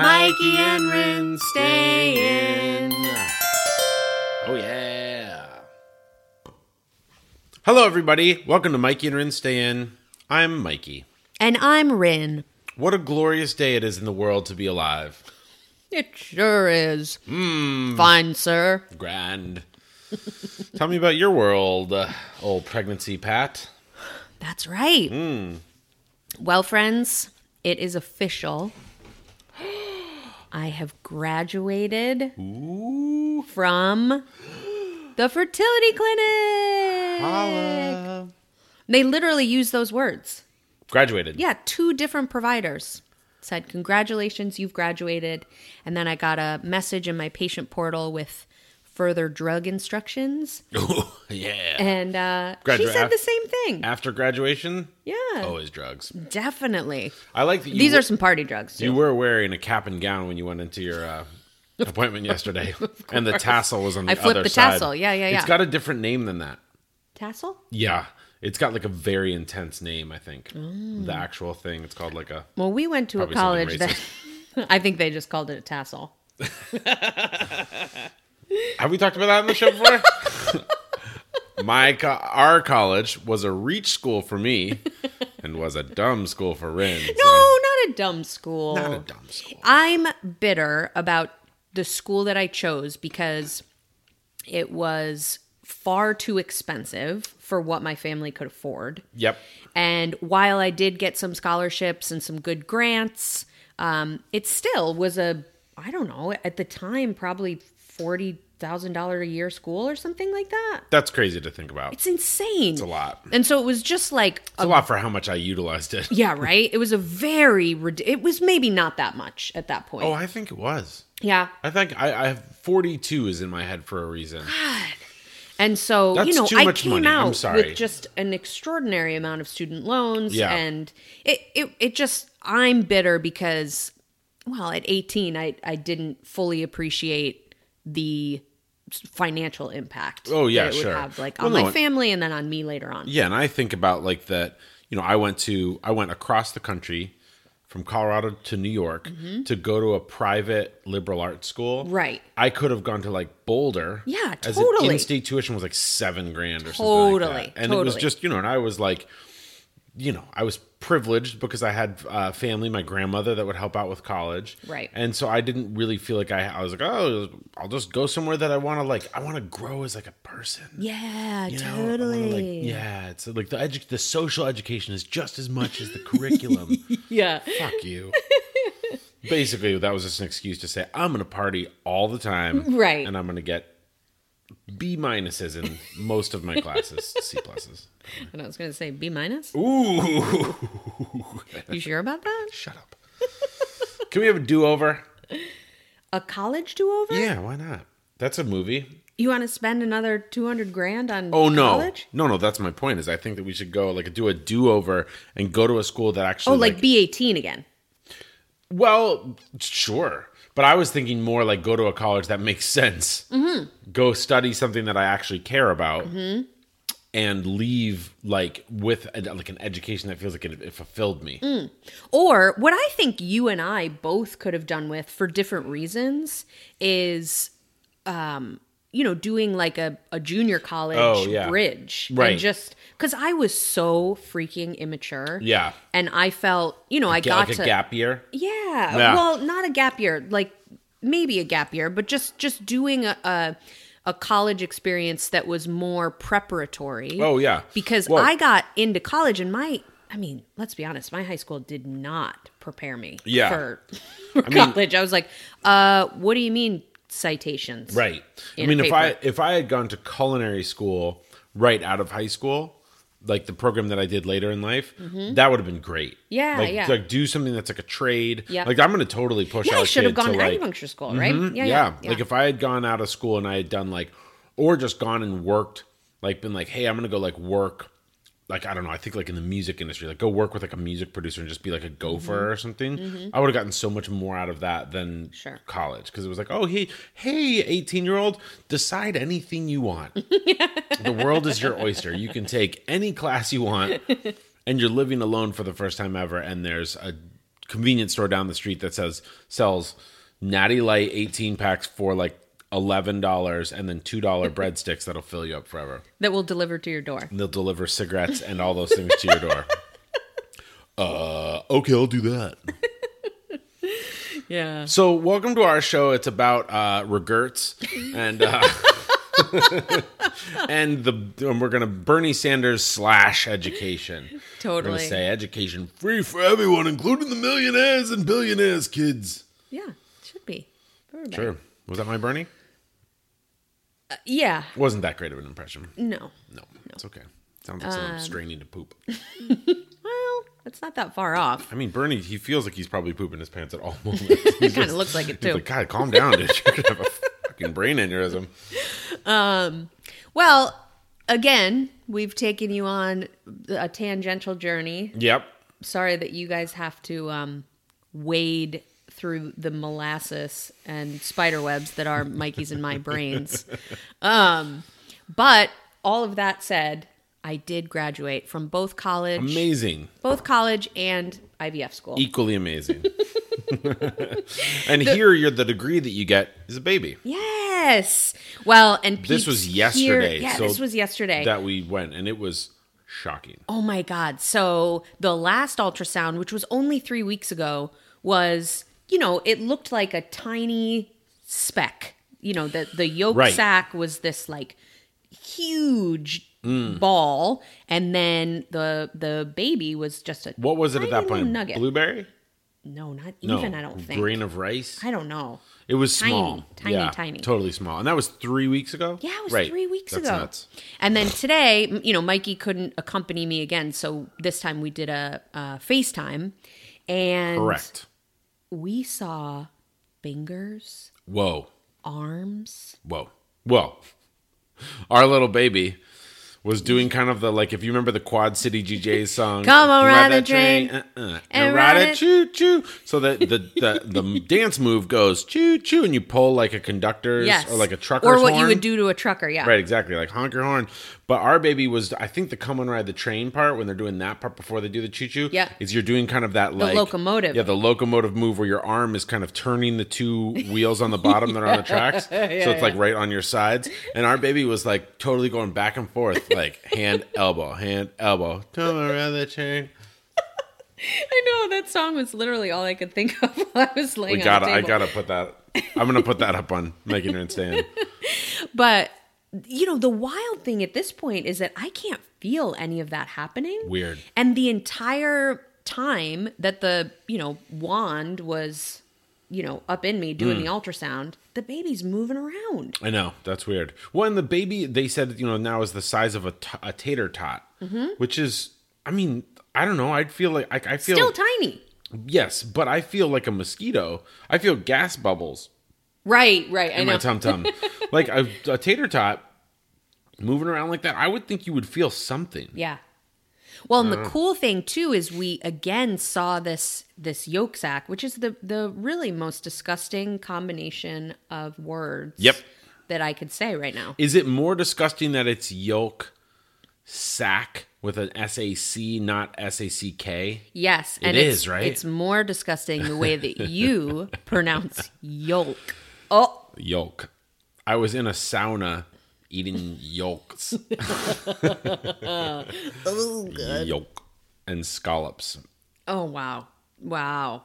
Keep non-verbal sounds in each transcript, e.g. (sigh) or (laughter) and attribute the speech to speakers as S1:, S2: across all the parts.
S1: Mikey and Rin stay in. Oh, yeah. Hello, everybody. Welcome to Mikey and Rin Stay In. I'm Mikey.
S2: And I'm Rin.
S1: What a glorious day it is in the world to be alive.
S2: It sure is. Fine, sir.
S1: (laughs) Grand. Tell me about your world, uh, old pregnancy Pat.
S2: That's right. Well, friends, it is official. (gasps) I have graduated
S1: Ooh.
S2: from the fertility clinic. They literally use those words.
S1: Graduated.
S2: Yeah, two different providers said, Congratulations, you've graduated. And then I got a message in my patient portal with further drug instructions.
S1: Ooh, (laughs) yeah.
S2: And uh, she
S1: Graduate
S2: said
S1: af-
S2: the same thing.
S1: After graduation,
S2: Yeah,
S1: always drugs.
S2: definitely.
S1: I like that Oh. you
S2: These
S1: were,
S2: are some party drugs.
S1: you
S2: too.
S1: were wearing a cap and gown when you went into your
S2: (laughs)
S1: uh, appointment yesterday, and the tassel was on the
S2: I flipped
S1: other
S2: the
S1: side.
S2: tassel. Yeah, yeah,
S1: It's
S2: yeah.
S1: got a different name than that.
S2: Tassel?
S1: Yeah, it's got like a very intense name. I think
S2: Mm.
S1: the actual thing. It's called like a.
S2: Well, we went to
S1: Probably
S2: a college
S1: something
S2: that (laughs) I think they just called it a tassel.
S1: Have we talked about that on the show before?
S2: (laughs)
S1: My co- our college was a reach school for
S2: (laughs)
S1: me, and was a dumb school for Rin.
S2: No, not a dumb school.
S1: not a dumb school.
S2: I'm bitter about the school that I chose because it was far too expensive for what my family could afford.
S1: Yep.
S2: And while I did get some scholarships and some good grants, um, it still was a, I don't know, at the time, probably $40,000 a year school or something like that.
S1: That's crazy to think about. It's
S2: It's insane.
S1: a lot.
S2: And so it was just like,
S1: It's a lot for how much I utilized it.
S2: yeah, right? It was a very, rid- it was maybe not that much at that point.
S1: Oh, I think it was.
S2: yeah.
S1: I think I, I have 42 is in my head for a reason.
S2: And so,
S1: That's
S2: you know,
S1: too
S2: I
S1: much
S2: came
S1: money. I'm
S2: out
S1: sorry.
S2: with just an extraordinary amount of student loans.
S1: Yeah.
S2: And it, it, it just, I'm bitter because, well, at 18, I, I didn't fully appreciate the s- financial impact.
S1: Oh, yeah,
S2: that it
S1: sure.
S2: Would have, like
S1: Well,
S2: on
S1: no,
S2: my
S1: and-
S2: family and then on me later on.
S1: Yeah, and I think about like that, you know, I went to I went across the country from Colorado to New York to go to a private liberal arts school.
S2: Mm-hmm. Right.
S1: I could have gone to like Boulder.
S2: Yeah,
S1: As an
S2: totally.
S1: in-state tuition was like 7 grand or something like that.
S2: Totally,
S1: And it was
S2: totally.
S1: just, you know, and I was like you know, I was privileged because I had uh, family, my grandmother that would help out with college.
S2: Right.
S1: And so I didn't really feel like I, I was like, oh, I'll just go somewhere that I want to like, I want to grow as like a person.
S2: Yeah,
S1: You know, I wanna, like-
S2: totally.
S1: yeah, it's like the edu- the social education is just as much as the curriculum.
S2: (laughs) yeah.
S1: Fuck you. Basically, that was just an excuse to say I'm going to party all the time,
S2: Right.
S1: And I'm going to get B minuses in most of my classes,
S2: (laughs)
S1: C pluses.
S2: And I was going to say B minus.
S1: Ooh,
S2: You sure about that?
S1: shut up. Can we have a do over?
S2: A college do over?
S1: Yeah, why not? That's a movie.
S2: You want to spend another 200 grand on
S1: Oh no,
S2: college?
S1: no, no. That's my point. Is I think that we should go like do a do over and go to a school that actually
S2: Oh, like B18 again.
S1: Well, sure. But I was thinking more like go to a college that makes sense.
S2: Mm-hmm.
S1: Go study something that I actually care about. And leave like with a, like an education that feels like it, it fulfilled me.
S2: Mm. Or what I think you and I both could have done with for different reasons is um you know doing like a, a junior college
S1: Oh, yeah.
S2: bridge And
S1: Right.
S2: just because i was so freaking immature
S1: Yeah,
S2: and i felt you know i
S1: Get,
S2: got
S1: like
S2: to
S1: a gap year.
S2: Yeah.
S1: Yeah.
S2: Well, not a gap year, like maybe a gap year, but just just doing a a, a college experience that was more preparatory.
S1: Oh yeah,
S2: Because
S1: Well,
S2: I got into college and my I mean, let's be honest, my high school did not prepare me
S1: Yeah.
S2: for,
S1: (laughs)
S2: for college. I was like, uh, what do you mean citations?
S1: right. I
S2: in a
S1: mean, if I
S2: paper.
S1: if I had gone to culinary school right out of high school, like the program that I did later in life, that would have been great.
S2: Mm-hmm. Yeah,
S1: like,
S2: yeah.
S1: Like do something that's like a trade.
S2: Yeah.
S1: Like I'm going to totally push.
S2: Yeah,
S1: our
S2: I should have
S1: kid
S2: gone
S1: to,
S2: to
S1: like, Mm-hmm.
S2: acupuncture school, right?
S1: yeah, Like if I had gone out of school and I had done like, or just gone and worked, like been like, hey, I'm gonna go like work, like I don't know, I think like in the music industry, like go work with like a music producer and just be like a gopher or something. I would have gotten so much more out of that than
S2: Sure.
S1: college because it was like, oh hey, hey, 18 year old, decide anything you (laughs) want. the world is your oyster. You can (laughs) take any class you want, and you're living alone for the first time ever, and there's a convenience store down the street that says sells Natty Light 18 packs for like $11 and then $2 breadsticks that'll fill you up forever.
S2: that will deliver to your door.
S1: And they'll deliver cigarettes and all those things to your door. Uh, okay, I'll do that.
S2: Yeah.
S1: So, welcome to our show. It's about uh, regrets and uh, (laughs) and the and we're gonna Bernie Sanders slash education. We're
S2: Totally.
S1: gonna say education free for everyone, including the millionaires and billionaires, kids.
S2: Yeah. Should be. Everybody.
S1: Sure. Was that my Bernie?
S2: Uh, yeah.
S1: Wasn't that great of an impression?
S2: No. Um.
S1: No, it's okay. Sounds like someone straining to poop.
S2: Well, it's not that
S1: (laughs)
S2: far off.
S1: I mean, Bernie, he feels like he's probably pooping his pants at
S2: (laughs)
S1: all moments. He's
S2: It kind of looks like it too.
S1: like, God, calm down, dude. (laughs) You're gonna have a fucking brain aneurysm.
S2: Well, again, we've taken you on a tangential journey.
S1: Yep.
S2: Sorry that you guys have to um, wade through the molasses and spider webs that are Mikey's and
S1: (laughs)
S2: my brains. Um, but all of that said, I did graduate from both college,
S1: Amazing. E
S2: both college and IVF school.
S1: Equally
S2: (laughs)
S1: amazing. and here, you're the degree that you get is a baby.
S2: yes. Well, and
S1: This was
S2: peeps
S1: yesterday,
S2: Here, yeah,
S1: so
S2: this was yesterday.
S1: That we went, and it was shocking.
S2: Oh my God. So the last ultrasound, which was only three weeks ago, was, you know, it looked like a tiny speck. You know, the, the yolk
S1: Right.
S2: sac was this like huge ball. And then the the baby was just a
S1: What was it at
S2: tiny
S1: that
S2: little
S1: point?
S2: Nugget.
S1: Blueberry?
S2: no, not
S1: No,
S2: even, I don't think.
S1: Grain of rice.
S2: I don't know.
S1: It was
S2: Tiny,
S1: small,
S2: tiny,
S1: Yeah,
S2: tiny.
S1: totally small, and that was three weeks ago.
S2: Yeah, it was
S1: Right.
S2: three weeks
S1: That's
S2: ago.
S1: Nuts.
S2: And then today, m- you know, Mikey couldn't accompany me again. So this time we did a, a FaceTime. And
S1: Correct.
S2: we saw fingers,
S1: Whoa,
S2: arms.
S1: whoa, whoa! (laughs) Our little baby was doing kind of the like if you remember the Quad City GJs song.
S2: Come on, ride the
S1: that
S2: train,
S1: uh, uh,
S2: and
S1: and ride
S2: ride
S1: it
S2: it."
S1: choo choo. So that the the,
S2: (laughs)
S1: the dance move goes choo choo, and you pull like a conductor's
S2: Yes.
S1: or like a trucker's
S2: Or what you
S1: horn.
S2: would do to a trucker, yeah.
S1: Right, exactly. Like honk your horn. But our baby was, I think, the come and ride the train part when they're doing that part before they do the choo choo.
S2: Yeah.
S1: is you're doing kind of that like
S2: locomotive.
S1: Yeah, the locomotive move where your arm is kind of turning the
S2: (laughs)
S1: two wheels on the bottom that are on the tracks, so it's like right on your sides. And our baby was like totally going back and forth,
S2: (laughs)
S1: like hand elbow, hand elbow, come around the train.
S2: I know that song was literally all I could think of (laughs) while I was laying
S1: We
S2: on
S1: gotta,
S2: the
S1: I
S2: table.
S1: gotta put that. I'm gonna put that up on making her and stand.
S2: But you know, the wild thing at this point is that I can't feel any of that happening.
S1: Weird.
S2: And the entire time that the, you know, wand was, you know, up in me
S1: Hmm.
S2: doing the ultrasound, the baby's moving around.
S1: I know that's weird. Well, and the baby they said you know now is the size of a, t- a tater tot,
S2: Mm-hmm.
S1: which is I mean I don't know. I'd feel like I, I feel
S2: Still tiny.
S1: yes, but I feel like a mosquito. I feel gas bubbles
S2: Right, right. I
S1: in
S2: know.
S1: my tum
S2: (laughs)
S1: tum, like a, a tater tot moving around like that. I would think you would feel something.
S2: Yeah. Well, and
S1: Uh.
S2: the cool thing too is we again saw this this yolk sac, which is the the really most disgusting combination of words.
S1: Yep.
S2: That I could say right now.
S1: Is it more disgusting that it's yolk sack with an S A C, not S A C K?
S2: Yes,
S1: It
S2: it's-
S1: is, right?
S2: It's more disgusting the way
S1: (laughs)
S2: that you pronounce yolk. Oh,
S1: Yolk. I was in a sauna eating
S2: (laughs)
S1: yolks. Yolk and scallops.
S2: oh wow, wow.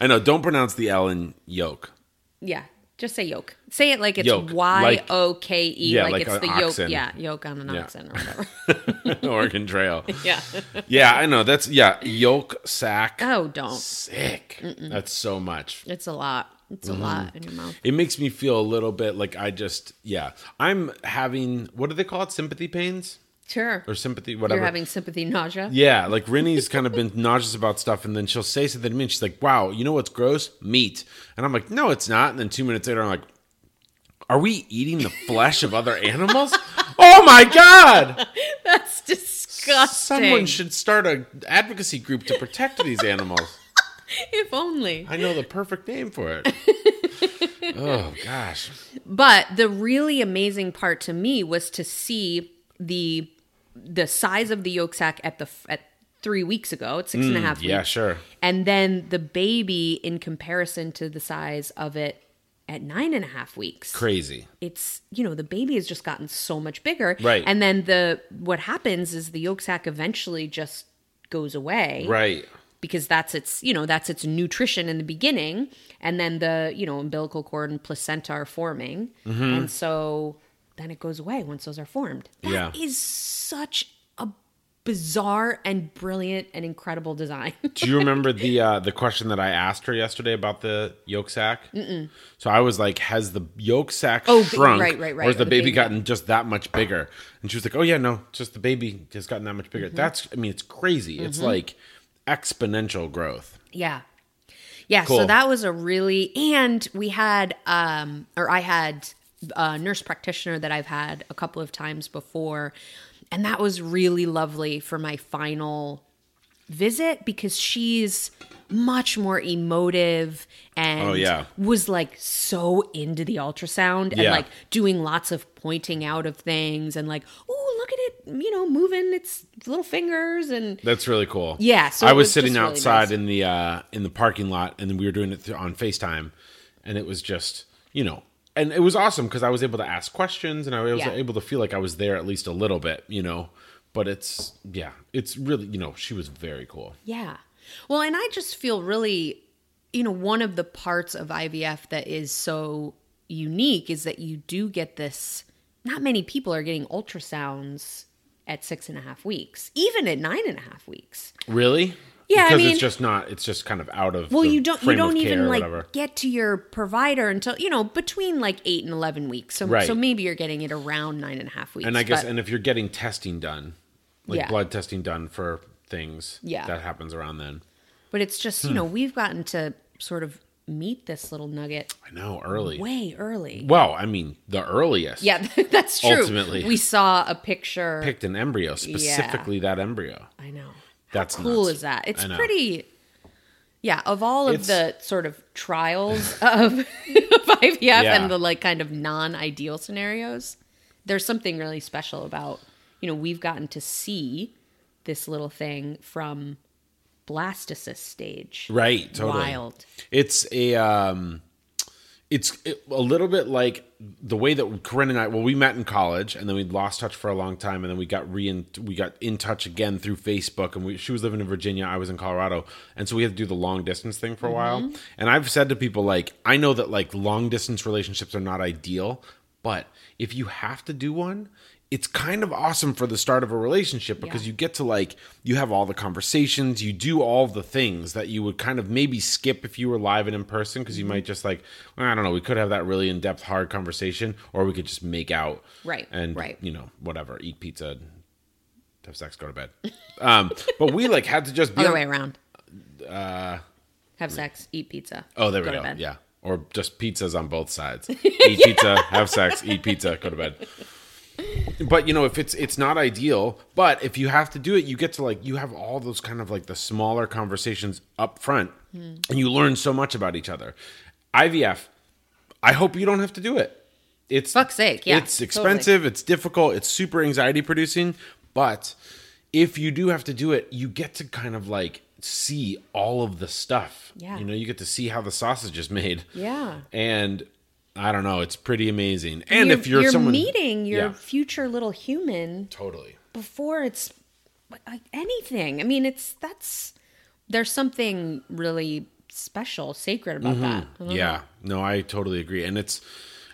S1: I know, don't pronounce the L in yolk. (laughs)
S2: Yeah, just say yolk. Say it like it's
S1: Yolk,
S2: Y
S1: like-
S2: O K E,
S1: yeah,
S2: like,
S1: like
S2: it's
S1: an
S2: the
S1: oxen.
S2: yolk. Yeah, yolk on an
S1: Yeah.
S2: oxen or whatever.
S1: (laughs) Oregon Trail.
S2: yeah.
S1: Yeah, I know. That's yeah, yolk sack.
S2: Oh, don't.
S1: Sick. That's so much.
S2: It's a lot. It's a
S1: Mm-hmm.
S2: lot in your mouth.
S1: It makes me feel a little bit like I just yeah. I'm having what do they call it? Sympathy pains?
S2: Sure.
S1: Or sympathy whatever.
S2: You're having sympathy nausea.
S1: Yeah, like Rennie's kind of been nauseous about stuff, and then she'll say something to me, and she's like, "Wow, you know what's gross? Meat." And I'm like, "No, it's not." And then two minutes later, I'm like, "Are we eating the flesh of other animals?" oh my god!
S2: That's disgusting.
S1: Someone should start a advocacy group to protect these animals.
S2: (laughs) If only.
S1: I know the perfect name for it. oh gosh,
S2: But the really amazing part to me was to see the the size of the yolk sac at the f- at three weeks ago. It's six and a half.
S1: Mm, Yeah,
S2: weeks.
S1: sure.
S2: And then the baby, in comparison to the size of it at nine and a half weeks,
S1: Crazy.
S2: it's you know the baby has just gotten so much bigger.
S1: Right.
S2: And then the what happens is the yolk sac eventually just goes away
S1: Right.
S2: because that's its you know that's its nutrition in the beginning and then the you know umbilical cord and placenta are forming and so then it goes away once those are formed That is
S1: Yeah.
S2: such a bizarre and brilliant and incredible design (laughs)
S1: Do you remember the uh, the question that I asked her yesterday about the yolk sac? Mm-mm. So I was like, "Has the yolk sac
S2: Oh, b-
S1: shrunk,
S2: right, right,
S1: or
S2: right,
S1: has the,
S2: or the
S1: baby,
S2: baby-
S1: gotten just that much bigger?" And she was like, "Oh yeah, no, just the baby has gotten that much bigger."
S2: Mm-hmm.
S1: That's, I mean, it's crazy. It's like exponential growth.
S2: yeah yeah
S1: Cool.
S2: so that was a really and we had um or i had a nurse practitioner that i've had a couple of times before and that was really lovely for my final visit because she's much more emotive and
S1: Oh, yeah.
S2: was like so into the ultrasound and
S1: Yeah.
S2: like doing lots of pointing out of things and like oh look at it you know moving its little fingers and
S1: That's really cool.
S2: Yeah, so
S1: I
S2: it
S1: was,
S2: was
S1: sitting
S2: just really
S1: outside
S2: nice.
S1: in the uh, in the parking lot, and we were doing it th- on Facetime, and it was just you know, and it was awesome because I was able to ask questions, and I was
S2: Yeah.
S1: able to feel like I was there at least a little bit, you know. But it's yeah, it's really you know, she was very cool.
S2: yeah well and i just feel really you know one of the parts of ivf that is so unique is that you do get this not many people are getting ultrasounds at six and a half weeks even at nine and a half weeks
S1: Really?
S2: Yeah, I
S1: because
S2: mean-
S1: it's just not. It's just kind of out of
S2: Well,
S1: the
S2: you don't you
S1: frame of
S2: don't
S1: care
S2: even
S1: or
S2: like
S1: whatever.
S2: get to your provider until you know between like eight and eleven weeks. So
S1: Right.
S2: so maybe you're getting it around nine and a half weeks.
S1: And I guess
S2: but-
S1: and if you're getting testing done, like
S2: Yeah.
S1: blood testing done for things,
S2: Yeah.
S1: that happens around then.
S2: but it's just
S1: Hmm.
S2: you know we've gotten to sort of meet this little nugget
S1: I know early.
S2: way early.
S1: Well, I mean, the earliest.
S2: Yeah, (laughs) that's true.
S1: Ultimately.
S2: we saw a picture.
S1: picked an embryo, specifically that embryo.
S2: I know.
S1: That's
S2: How cool
S1: nuts.
S2: is that? It's
S1: I know.
S2: pretty. Yeah, of all of
S1: It's-
S2: the sort of trials (laughs) of, of IVF
S1: Yeah.
S2: and the like kind of non ideal scenarios, there's something really special about, you know, we've gotten to see this little thing from blastocyst stage.
S1: Right, totally.
S2: Wild.
S1: It's a um it's it- a little bit like the way that Corinne and I well we met in college and then we lost touch for a long time and then we got re in, we got in touch again through Facebook and we, she was living in Virginia I was in Colorado and so we had to do the long distance thing for a
S2: Mm-hmm.
S1: while and I've said to people like I know that like long distance relationships are not ideal but if you have to do one it's kind of awesome for the start of a relationship because you get to like you have all the conversations you do all the things that you would kind of maybe skip if you were live and in person because you
S2: Mm-hmm.
S1: might just like well, i don't know we could have that really in-depth hard conversation or we could just make out
S2: Right,
S1: and
S2: right.
S1: you know whatever eat pizza have sex go to bed um but we like had to just be
S2: Other way around. Uh, Have sex, eat pizza.
S1: oh there we
S2: to
S1: go
S2: bed.
S1: yeah or just pizzas on both sides (laughs) eat pizza have sex eat pizza go to bed but you know if it's it's not ideal but if you have to do it you get to like you have all those kind of like the smaller conversations up front
S2: Hmm.
S1: and you learn so much about each other ivf i hope you don't have to do it it's
S2: Fuck's sake, yeah,
S1: it's
S2: totally.
S1: expensive it's difficult it's super anxiety producing but if you do have to do it you get to kind of like see all of the stuff
S2: Yeah.
S1: you know you get to see how the sausage is made
S2: Yeah.
S1: and i don't know it's pretty amazing and if you're, someone
S2: meeting your
S1: Yeah.
S2: future little human
S1: Totally.
S2: before it's like anything. I mean, it's that's there's something really special, sacred about
S1: Mm-hmm.
S2: that. (laughs) I don't
S1: Yeah. No, I totally agree. And it's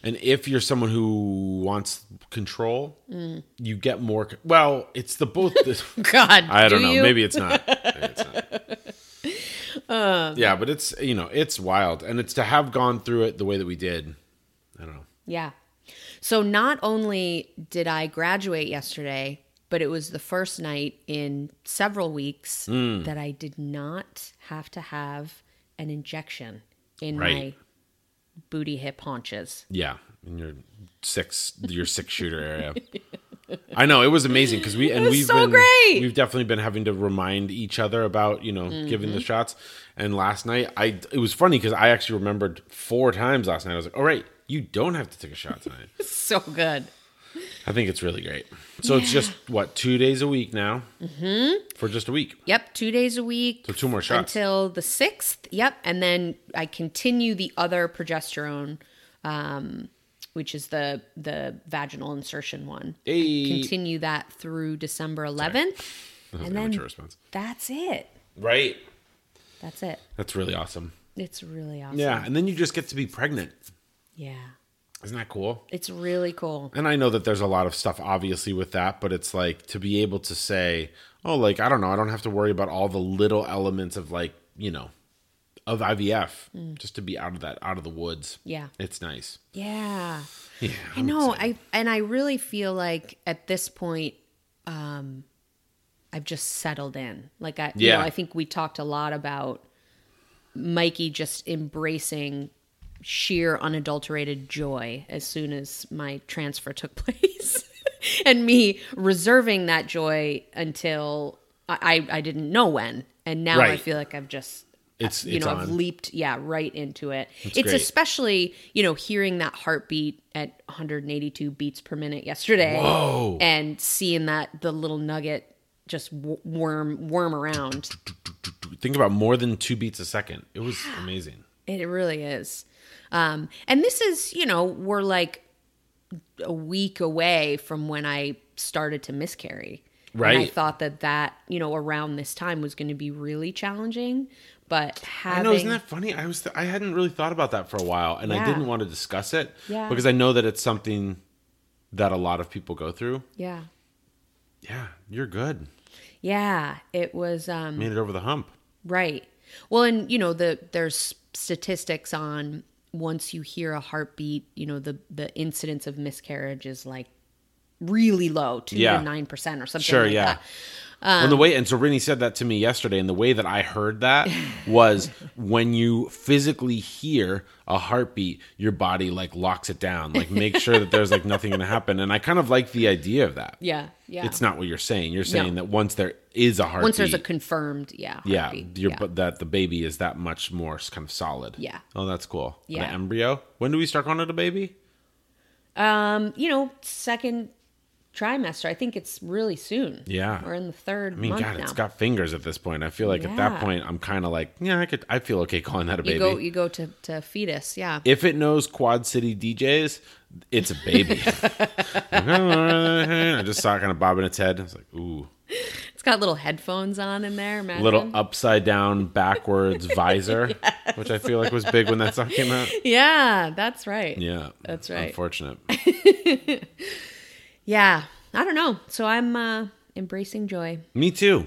S1: and if you're someone who wants control,
S2: Mm.
S1: you get more c- well, it's the both this
S2: (laughs) know. God,
S1: I don't
S2: do
S1: know.
S2: you?
S1: Maybe it's not. Maybe
S2: (laughs)
S1: it's not. yeah, but it's you know, it's wild. And it's to have gone through it the way that we did. I don't know.
S2: Yeah. So not only did I graduate yesterday, but it was the first night in several weeks
S1: Mm.
S2: that I did not have to have an injection in
S1: Right.
S2: my booty hip haunches. (laughs)
S1: Yeah, in your six your six shooter
S2: (laughs)
S1: area. I know it was amazing because we and
S2: was
S1: we've
S2: so
S1: been
S2: great.
S1: we've definitely been having to remind each other about you know giving
S2: Mm-hmm.
S1: the shots. And last night I it was funny because I actually remembered four times last night. I was like, all right, you don't have to take a shot tonight.
S2: So good.
S1: I think it's really great. So it's just what two days a week now mm-hmm. for just a week.
S2: Yep, two days a week.
S1: So two more shots.
S2: until the sixth. Yep, and then I continue the other progesterone, um, which is the the vaginal insertion one.
S1: Hey.
S2: Continue that through December 11th,
S1: That was
S2: and
S1: an
S2: then
S1: amateur response.
S2: that's it.
S1: Right.
S2: That's it.
S1: That's really awesome.
S2: It's really awesome.
S1: Yeah, and then you just get to be pregnant.
S2: Yeah.
S1: Isn't that cool?
S2: It's really cool.
S1: And I know that there's a lot of stuff obviously with that, but it's like to be able to say, oh, like I don't know, I don't have to worry about all the little elements of like you know, of IVF. Just to be out of that, out of the woods.
S2: Mm. Yeah.
S1: it's nice.
S2: Yeah.
S1: Yeah,
S2: I
S1: I'm
S2: know.
S1: excited.
S2: I and I really feel like at this point, um, I've just settled in. Like I, you
S1: Yeah.
S2: know, I think we talked a lot about Mikey just embracing sheer unadulterated joy as soon as my transfer took (laughs) place, and me reserving that joy until I I, I didn't know when, and now I
S1: Right.
S2: feel like I've just
S1: It's-
S2: you
S1: it's
S2: know I've
S1: on.
S2: leaped yeah right into it. It's,
S1: great.
S2: especially you know hearing that heartbeat at 182 beats per minute yesterday,
S1: Whoa.
S2: and seeing that the little nugget just w- worm worm around.
S1: Think about more than two beats a second. It was amazing.
S2: It really is. Um, and this is, you know, we're like a week away from when I started to miscarry. And I
S1: Right.
S2: thought that that, you know, around this time was going to be really challenging. But having,
S1: I know, isn't that funny? I was I hadn't really thought about that for a while, and
S2: Yeah.
S1: I didn't want to discuss it
S2: Yeah.
S1: because I know that it's something that a lot of people go through.
S2: yeah,
S1: Yeah, you're good.
S2: yeah, it was. Um,
S1: Made it over the hump.
S2: Right. Well, and you know the there's statistics on once you hear a heartbeat, you know the the incidence of miscarriage is like really low, two
S1: Yeah.
S2: to nine percent or something.
S1: Sure,
S2: like
S1: yeah.
S2: (laughs) that. Um,
S1: On the way, and so Rennie said that to me yesterday, and the way that I heard
S2: (laughs)
S1: that was when you physically hear a heartbeat, your body like locks it down, like make sure that there's
S2: (laughs)
S1: like nothing going to happen. And I kind of like the idea of that.
S2: Yeah, yeah.
S1: It's not what you're saying. You're saying that once there is a heartbeat,
S2: once there's a confirmed, yeah,
S1: yeah,
S2: heartbeat,
S1: your,
S2: yeah.
S1: but that the baby is that much more s- kind of solid.
S2: Yeah.
S1: Oh, that's cool. An
S2: Yeah.
S1: embryo. When do we start calling it a baby?
S2: Um, you know, second trimester. I think it's really soon.
S1: Yeah.
S2: we're in the third
S1: I mean,
S2: month
S1: God,
S2: now.
S1: it's got fingers at this point. I feel like at
S2: Yeah.
S1: that point, I'm kind of like, yeah, I could, I feel okay calling that a
S2: you
S1: baby.
S2: go, you go to to fetus. Yeah,
S1: if it knows Quad City DJs, it's a
S2: (laughs)
S1: baby. (laughs) I just saw it kind of bobbing its head. I was like, ooh,
S2: it's got little headphones on in there. Imagine.
S1: little upside down backwards visor, which I feel like was big when that song came out.
S2: (laughs) yeah, that's right.
S1: Yeah,
S2: That's right.
S1: Unfortunate.
S2: Yeah, I don't know. So I'm uh, embracing joy.
S1: Me too.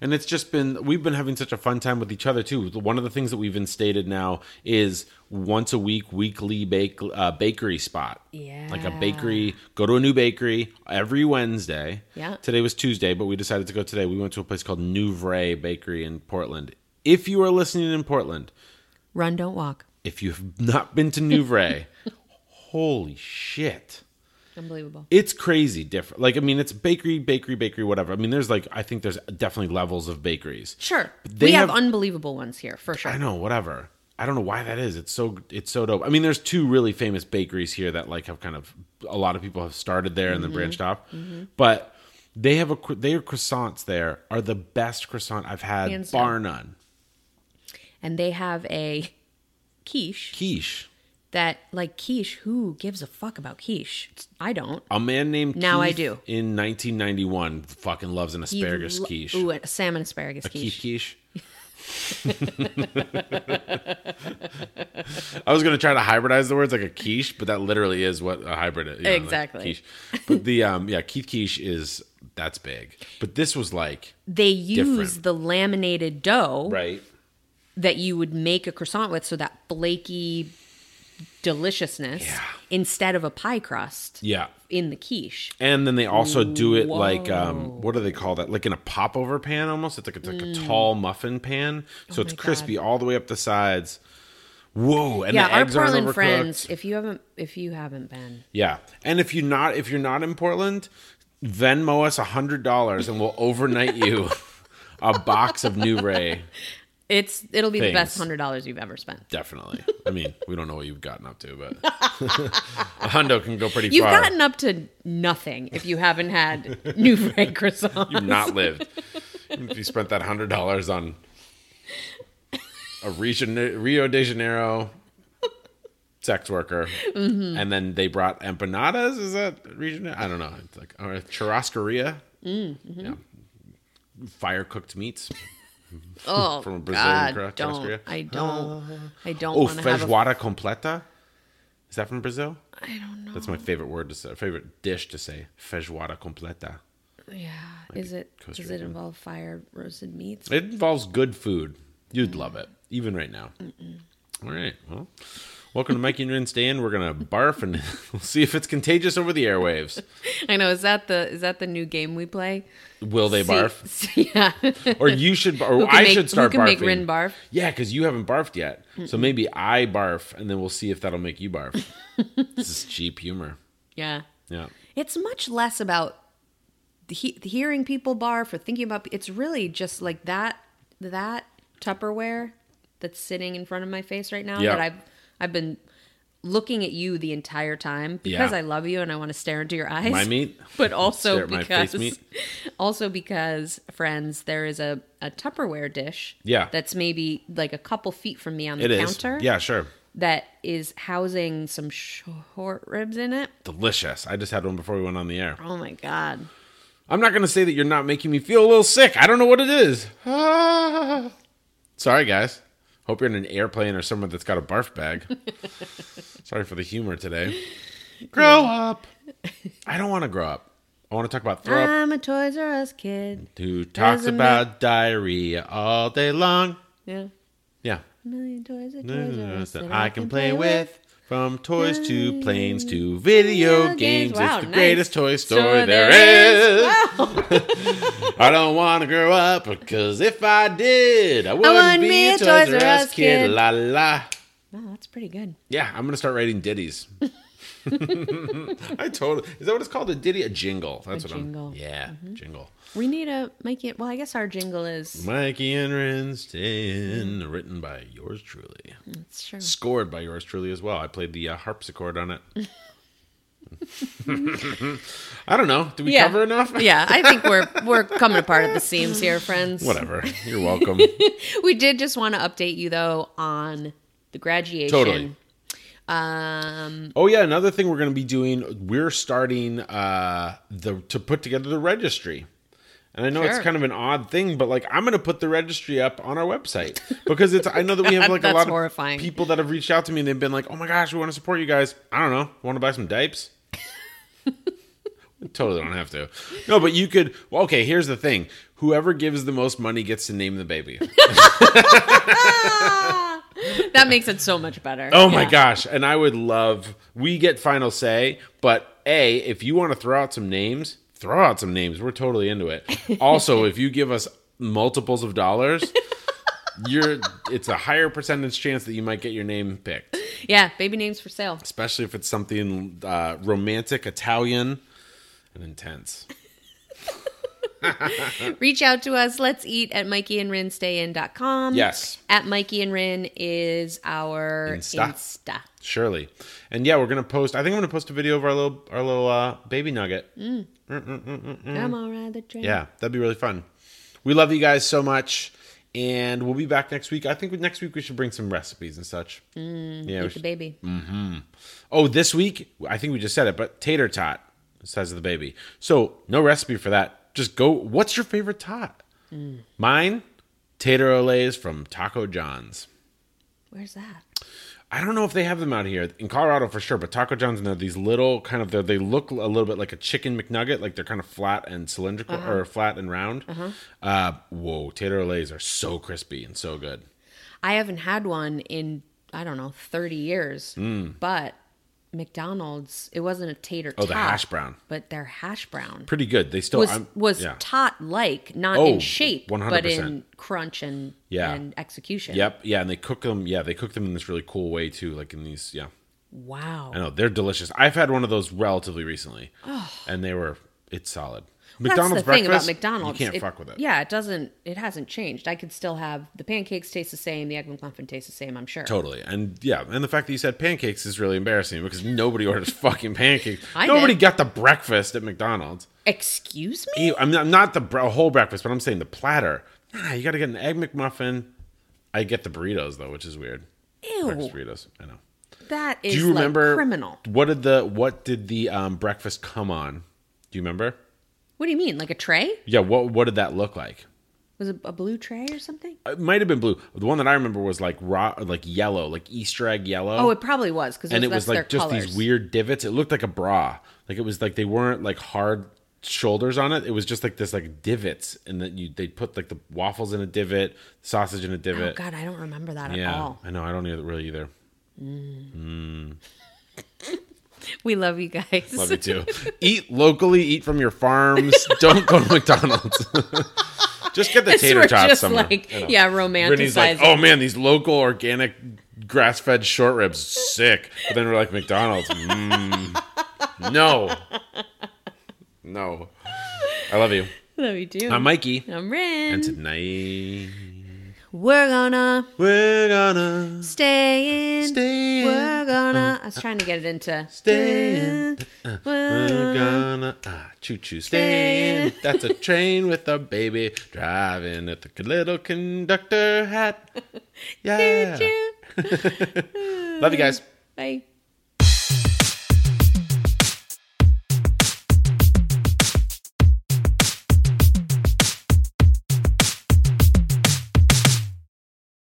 S1: And it's just been we've been having such a fun time with each other too. One of the things that we've instated now is once a week, weekly bake uh, bakery spot. Like a
S2: Yeah.
S1: bakery, go to a new bakery every Wednesday.
S2: Yeah.
S1: Today was Tuesday, but we decided to go today. We went to a place called Nouvre Bakery in Portland. If you are listening in Portland,
S2: Run, don't walk.
S1: if you have not been to
S2: (laughs)
S1: Nouvre, holy shit.
S2: Unbelievable.
S1: It's crazy different. Like I mean, it's bakery, bakery, bakery, whatever. I mean, there's like I think there's definitely levels of bakeries.
S2: Sure,
S1: they
S2: we have,
S1: have-
S2: unbelievable ones here for sure.
S1: I know, whatever. I don't know why that is. It's so it's so dope. I mean, there's two really famous bakeries here that like have kind of a lot of people have started there and then
S2: Mm-hmm.
S1: branched off. But they have a cro- their croissants there are the best croissant I've had
S2: Hands down.
S1: bar none.
S2: And they have a quiche
S1: Quiche.
S2: that, like quiche, who gives a fuck about quiche? I don't.
S1: A man named
S2: Now I
S1: Keith
S2: do.
S1: in 1991 fucking loves an
S2: He
S1: asparagus
S2: lo-
S1: quiche.
S2: Ooh, a salmon asparagus quiche.
S1: Keith quiche. I was gonna try to hybridize the words like a quiche, but that literally is what a hybrid is. you know, like
S2: Exactly.
S1: quiche. But the um, yeah, Keith quiche is that's big. But this was like
S2: They use
S1: Different.
S2: the laminated dough
S1: right.
S2: that you would make a croissant with, so that flaky deliciousness
S1: Yeah.
S2: instead of a pie crust
S1: Yeah.
S2: in the quiche.
S1: And then they also do it like um, what do they call that? Like in a popover pan almost. It's like it's like a tall muffin pan, so it's
S2: Mm. Oh my God.
S1: crispy all the way up the sides. Whoa! And
S2: yeah,
S1: the
S2: our
S1: eggs aren't
S2: Portland
S1: overcooked.
S2: friends, if you haven't if you haven't been,
S1: Yeah, and if you're not if you're not in Portland, Venmo us a hundred dollars and we'll overnight you a box of New Ray
S2: It's it'll be the best
S1: Things.
S2: hundred dollars you've ever spent.
S1: Definitely. I mean, we don't know what you've gotten up to, but (laughs) a hundo can go pretty
S2: You've
S1: far.
S2: gotten up to nothing if you haven't had (laughs) new Frank croissants.
S1: You've not lived. Even if you spent that hundred dollars on a region, Rio de Janeiro sex worker,
S2: Mm-hmm.
S1: and then they brought empanadas. Is that region? I don't know. It's like or churrascaria.
S2: Mm-hmm.
S1: Yeah. Fire cooked meats
S2: oh
S1: from a Brazilian
S2: God,
S1: cra-
S2: don't
S1: churrascaria.
S2: I don't I don't
S1: Oh,
S2: want to have a,
S1: feijoada completa. Is that from Brazil?
S2: I don't know.
S1: That's my favorite word to say. Favorite dish to say. Feijoada completa.
S2: Yeah, is it
S1: Costa
S2: does it
S1: Rican.
S2: involve fire roasted meats?
S1: It involves good food. You'd love it, even right now. All right. Well, welcome to Mikey and Rin's Day In. We're gonna barf and (laughs) we'll see if it's contagious over the airwaves.
S2: I know. Is that the is that the new game we play?
S1: Will they
S2: See-
S1: barf?
S2: see- (laughs) yeah.
S1: Or you should,
S2: (laughs)
S1: bar- or
S2: Who can
S1: I
S2: make-
S1: should start
S2: Who can
S1: barfing.
S2: make Rin barf?
S1: Yeah, because you haven't barfed yet. So maybe I barf, and then we'll see if that'll make you barf.
S2: (laughs)
S1: this is cheap humor.
S2: Yeah.
S1: Yeah.
S2: It's much less about the he, the hearing people barf or thinking about. It's really just like that that Tupperware that's sitting in front of my face right now
S1: Yeah.
S2: that I've I've been looking at you the entire time because
S1: Yeah.
S2: I love you and I want to stare into your eyes.
S1: My meat?
S2: (laughs) but also
S1: Stare at my face
S2: because
S1: meat?
S2: (laughs) also because friends, there is a a Tupperware dish.
S1: Yeah.
S2: that's maybe like a couple feet from me on the
S1: It is.
S2: counter.
S1: Yeah, sure.
S2: that is housing some short ribs in it.
S1: Delicious. I just had one before we went on the air.
S2: Oh my god.
S1: I'm not going to say that you're not making me feel a little sick. I don't know what it is. Ah. Sorry, guys. Hope you're in an airplane or somewhere that's got a barf bag. Sorry for the humor today. Grow up. I don't want to grow up. I want to talk about throw up.
S2: I'm a Toys R Us kid.
S1: Who talks
S2: Ah, Doesn't
S1: about diarrhea all day long?
S2: Yeah.
S1: Yeah.
S2: A million toys at Toys R Us
S1: That I can play with. From toys to planes to video games,
S2: Wow,
S1: it's the
S2: nice.
S1: greatest toy store, there is.
S2: Wow.
S1: (laughs) I don't want to grow up because if I did, I wouldn't
S2: want
S1: be
S2: me
S1: a Toys R Us kid. La la.
S2: Wow, that's pretty good.
S1: Yeah, I'm gonna start writing (laughs) ditties. I totally is that what it's called? A ditty, a jingle. Mm-hmm. That's
S2: A
S1: what
S2: jingle.
S1: I'm. Yeah, jingle.
S2: We need a Mikey. Well, I guess our jingle is.
S1: Mikey and Rinston, written by yours truly,
S2: It's true.
S1: scored by yours truly as well. I played the uh, harpsichord on it. (laughs) I don't know. Did we cover enough?
S2: (laughs) yeah, I think we're we're coming apart at the seams here, friends.
S1: Whatever. You're welcome.
S2: We did just want to update you though on the graduation.
S1: Totally.
S2: Um.
S1: Oh yeah, another thing we're going to be doing, we're starting uh the to put together the registry. And I know it's
S2: Sure.
S1: kind of an odd thing, but like I'm going to put the registry up on our website because it's I know that we have
S2: (laughs) God,
S1: like a
S2: that's
S1: lot of
S2: horrifying.
S1: people that have reached out to me and they've been like, "Oh my gosh, we want to support you guys. I don't know, want to buy some diapers?" (laughs) totally don't have to. No, but you could. Well, okay, here's the thing. Whoever gives the most money gets to name the baby.
S2: That makes it so much better.
S1: Oh my
S2: Yeah.
S1: gosh. And I would love we get final say, but A, if you want to throw out some names, throw out some names. We're totally into it. Also, if you give us multiples of dollars, (laughs) you're it's a higher percentage chance that you might get your name picked.
S2: Yeah, baby names for sale.
S1: Especially if it's something uh, romantic, Italian, and intense.
S2: Reach out to us. Let's eat at Mikey and Rin stayin.com.
S1: Yes.
S2: At Mikey and Rin is our
S1: Insta.
S2: Insta.
S1: Surely. And yeah, we're gonna post I think I'm gonna post a video of our little our little uh, baby nugget.
S2: I'm all right, the train.
S1: Mm. Yeah, that'd be really fun. We love you guys so much, and we'll be back next week. I think next week we should bring some recipes and such. yeah. we
S2: Eat the
S1: should-
S2: baby.
S1: Oh, this week I think we just said it, but tater tot, the size of the baby. So no recipe for that. Just go. What's your favorite tot? Mine, tater olays from Taco John's.
S2: Where's that?
S1: I don't know if they have them out here in Colorado for sure, but Taco John's and they're these little kind of they're- they look a little bit like a chicken McNugget, like they're kind of flat and cylindrical
S2: Uh-huh.
S1: or flat and round. uh whoa, tater olays are so crispy and so good.
S2: I haven't had one in, I don't know, 30 years. But McDonald's, it wasn't a tater
S1: Mm. Oh, the
S2: tot,
S1: hash brown.
S2: But their hash brown
S1: Pretty good. They still
S2: was,
S1: I'm-
S2: was
S1: yeah.
S2: tot like, not
S1: Oh,
S2: in shape, but
S1: 100%.
S2: in crunch and,
S1: Yeah.
S2: and execution.
S1: Yep, yeah, and they cook them. Yeah, they cook them in this really cool way too, like in these. Yeah,
S2: Wow.
S1: uh, I know they're delicious. I've had one of those relatively recently, and they were it's solid. McDonald's
S2: that's the thing about
S1: breakfast,
S2: McDonald's.
S1: you can't fuck with it.
S2: Yeah, it doesn't. It hasn't changed. I could still have the pancakes taste the same. The egg McMuffin tastes the same. I'm sure.
S1: Totally. And yeah, and the fact that you said pancakes is really embarrassing because nobody (laughs) orders fucking pancakes.
S2: I
S1: nobody
S2: did.
S1: got the breakfast at McDonald's.
S2: Excuse me.
S1: Ew, I'm not, not the bre- whole breakfast, but I'm saying the platter. Nah, you got to get an egg McMuffin. I get the burritos though, which is weird. Breakfast
S2: Ew,
S1: burritos. I know.
S2: that is
S1: Do you remember
S2: like criminal.
S1: What did the what did the um, breakfast come on? Do you remember?
S2: What do you mean? Like a tray?
S1: Yeah. What what did that look like?
S2: Was it a blue tray or something?
S1: It might have been blue. The one that I remember was like raw, like yellow, like Easter egg yellow.
S2: Oh, it probably was because
S1: and it was like just
S2: colors.
S1: these weird divots. It looked like a bra. Like it was like they weren't like hard shoulders on it. It was just like this like divots, and that you they put like the waffles in a divot, sausage in a
S2: Oh
S1: divot.
S2: God, Oh. I don't remember that at
S1: yeah,
S2: all.
S1: I know. I don't either, really either.
S2: We love you guys. (laughs)
S1: Love you too. eat locally. Eat from your farms. don't go to McDonald's. (laughs) just get the tater
S2: We're
S1: tots
S2: just
S1: somewhere.
S2: like,
S1: you know.
S2: yeah,
S1: Brittany's like,
S2: romanticizing.
S1: oh man, these local organic grass fed short ribs, sick. But then we're like, McDonald's, mm, no, no. I love you.
S2: love you too.
S1: I'm Mikey,
S2: I'm Rin.
S1: and tonight
S2: We're gonna
S1: we're gonna
S2: stay in.
S1: stay.
S2: We're gonna. I was trying to get it into.
S1: Stay in.
S2: We're
S1: We're
S2: gonna-
S1: gonna ah, choo choo stay in. That's a train with a baby driving with a little (laughs) conductor hat. Yeah.
S2: Choo.
S1: Love you guys.
S2: Bye.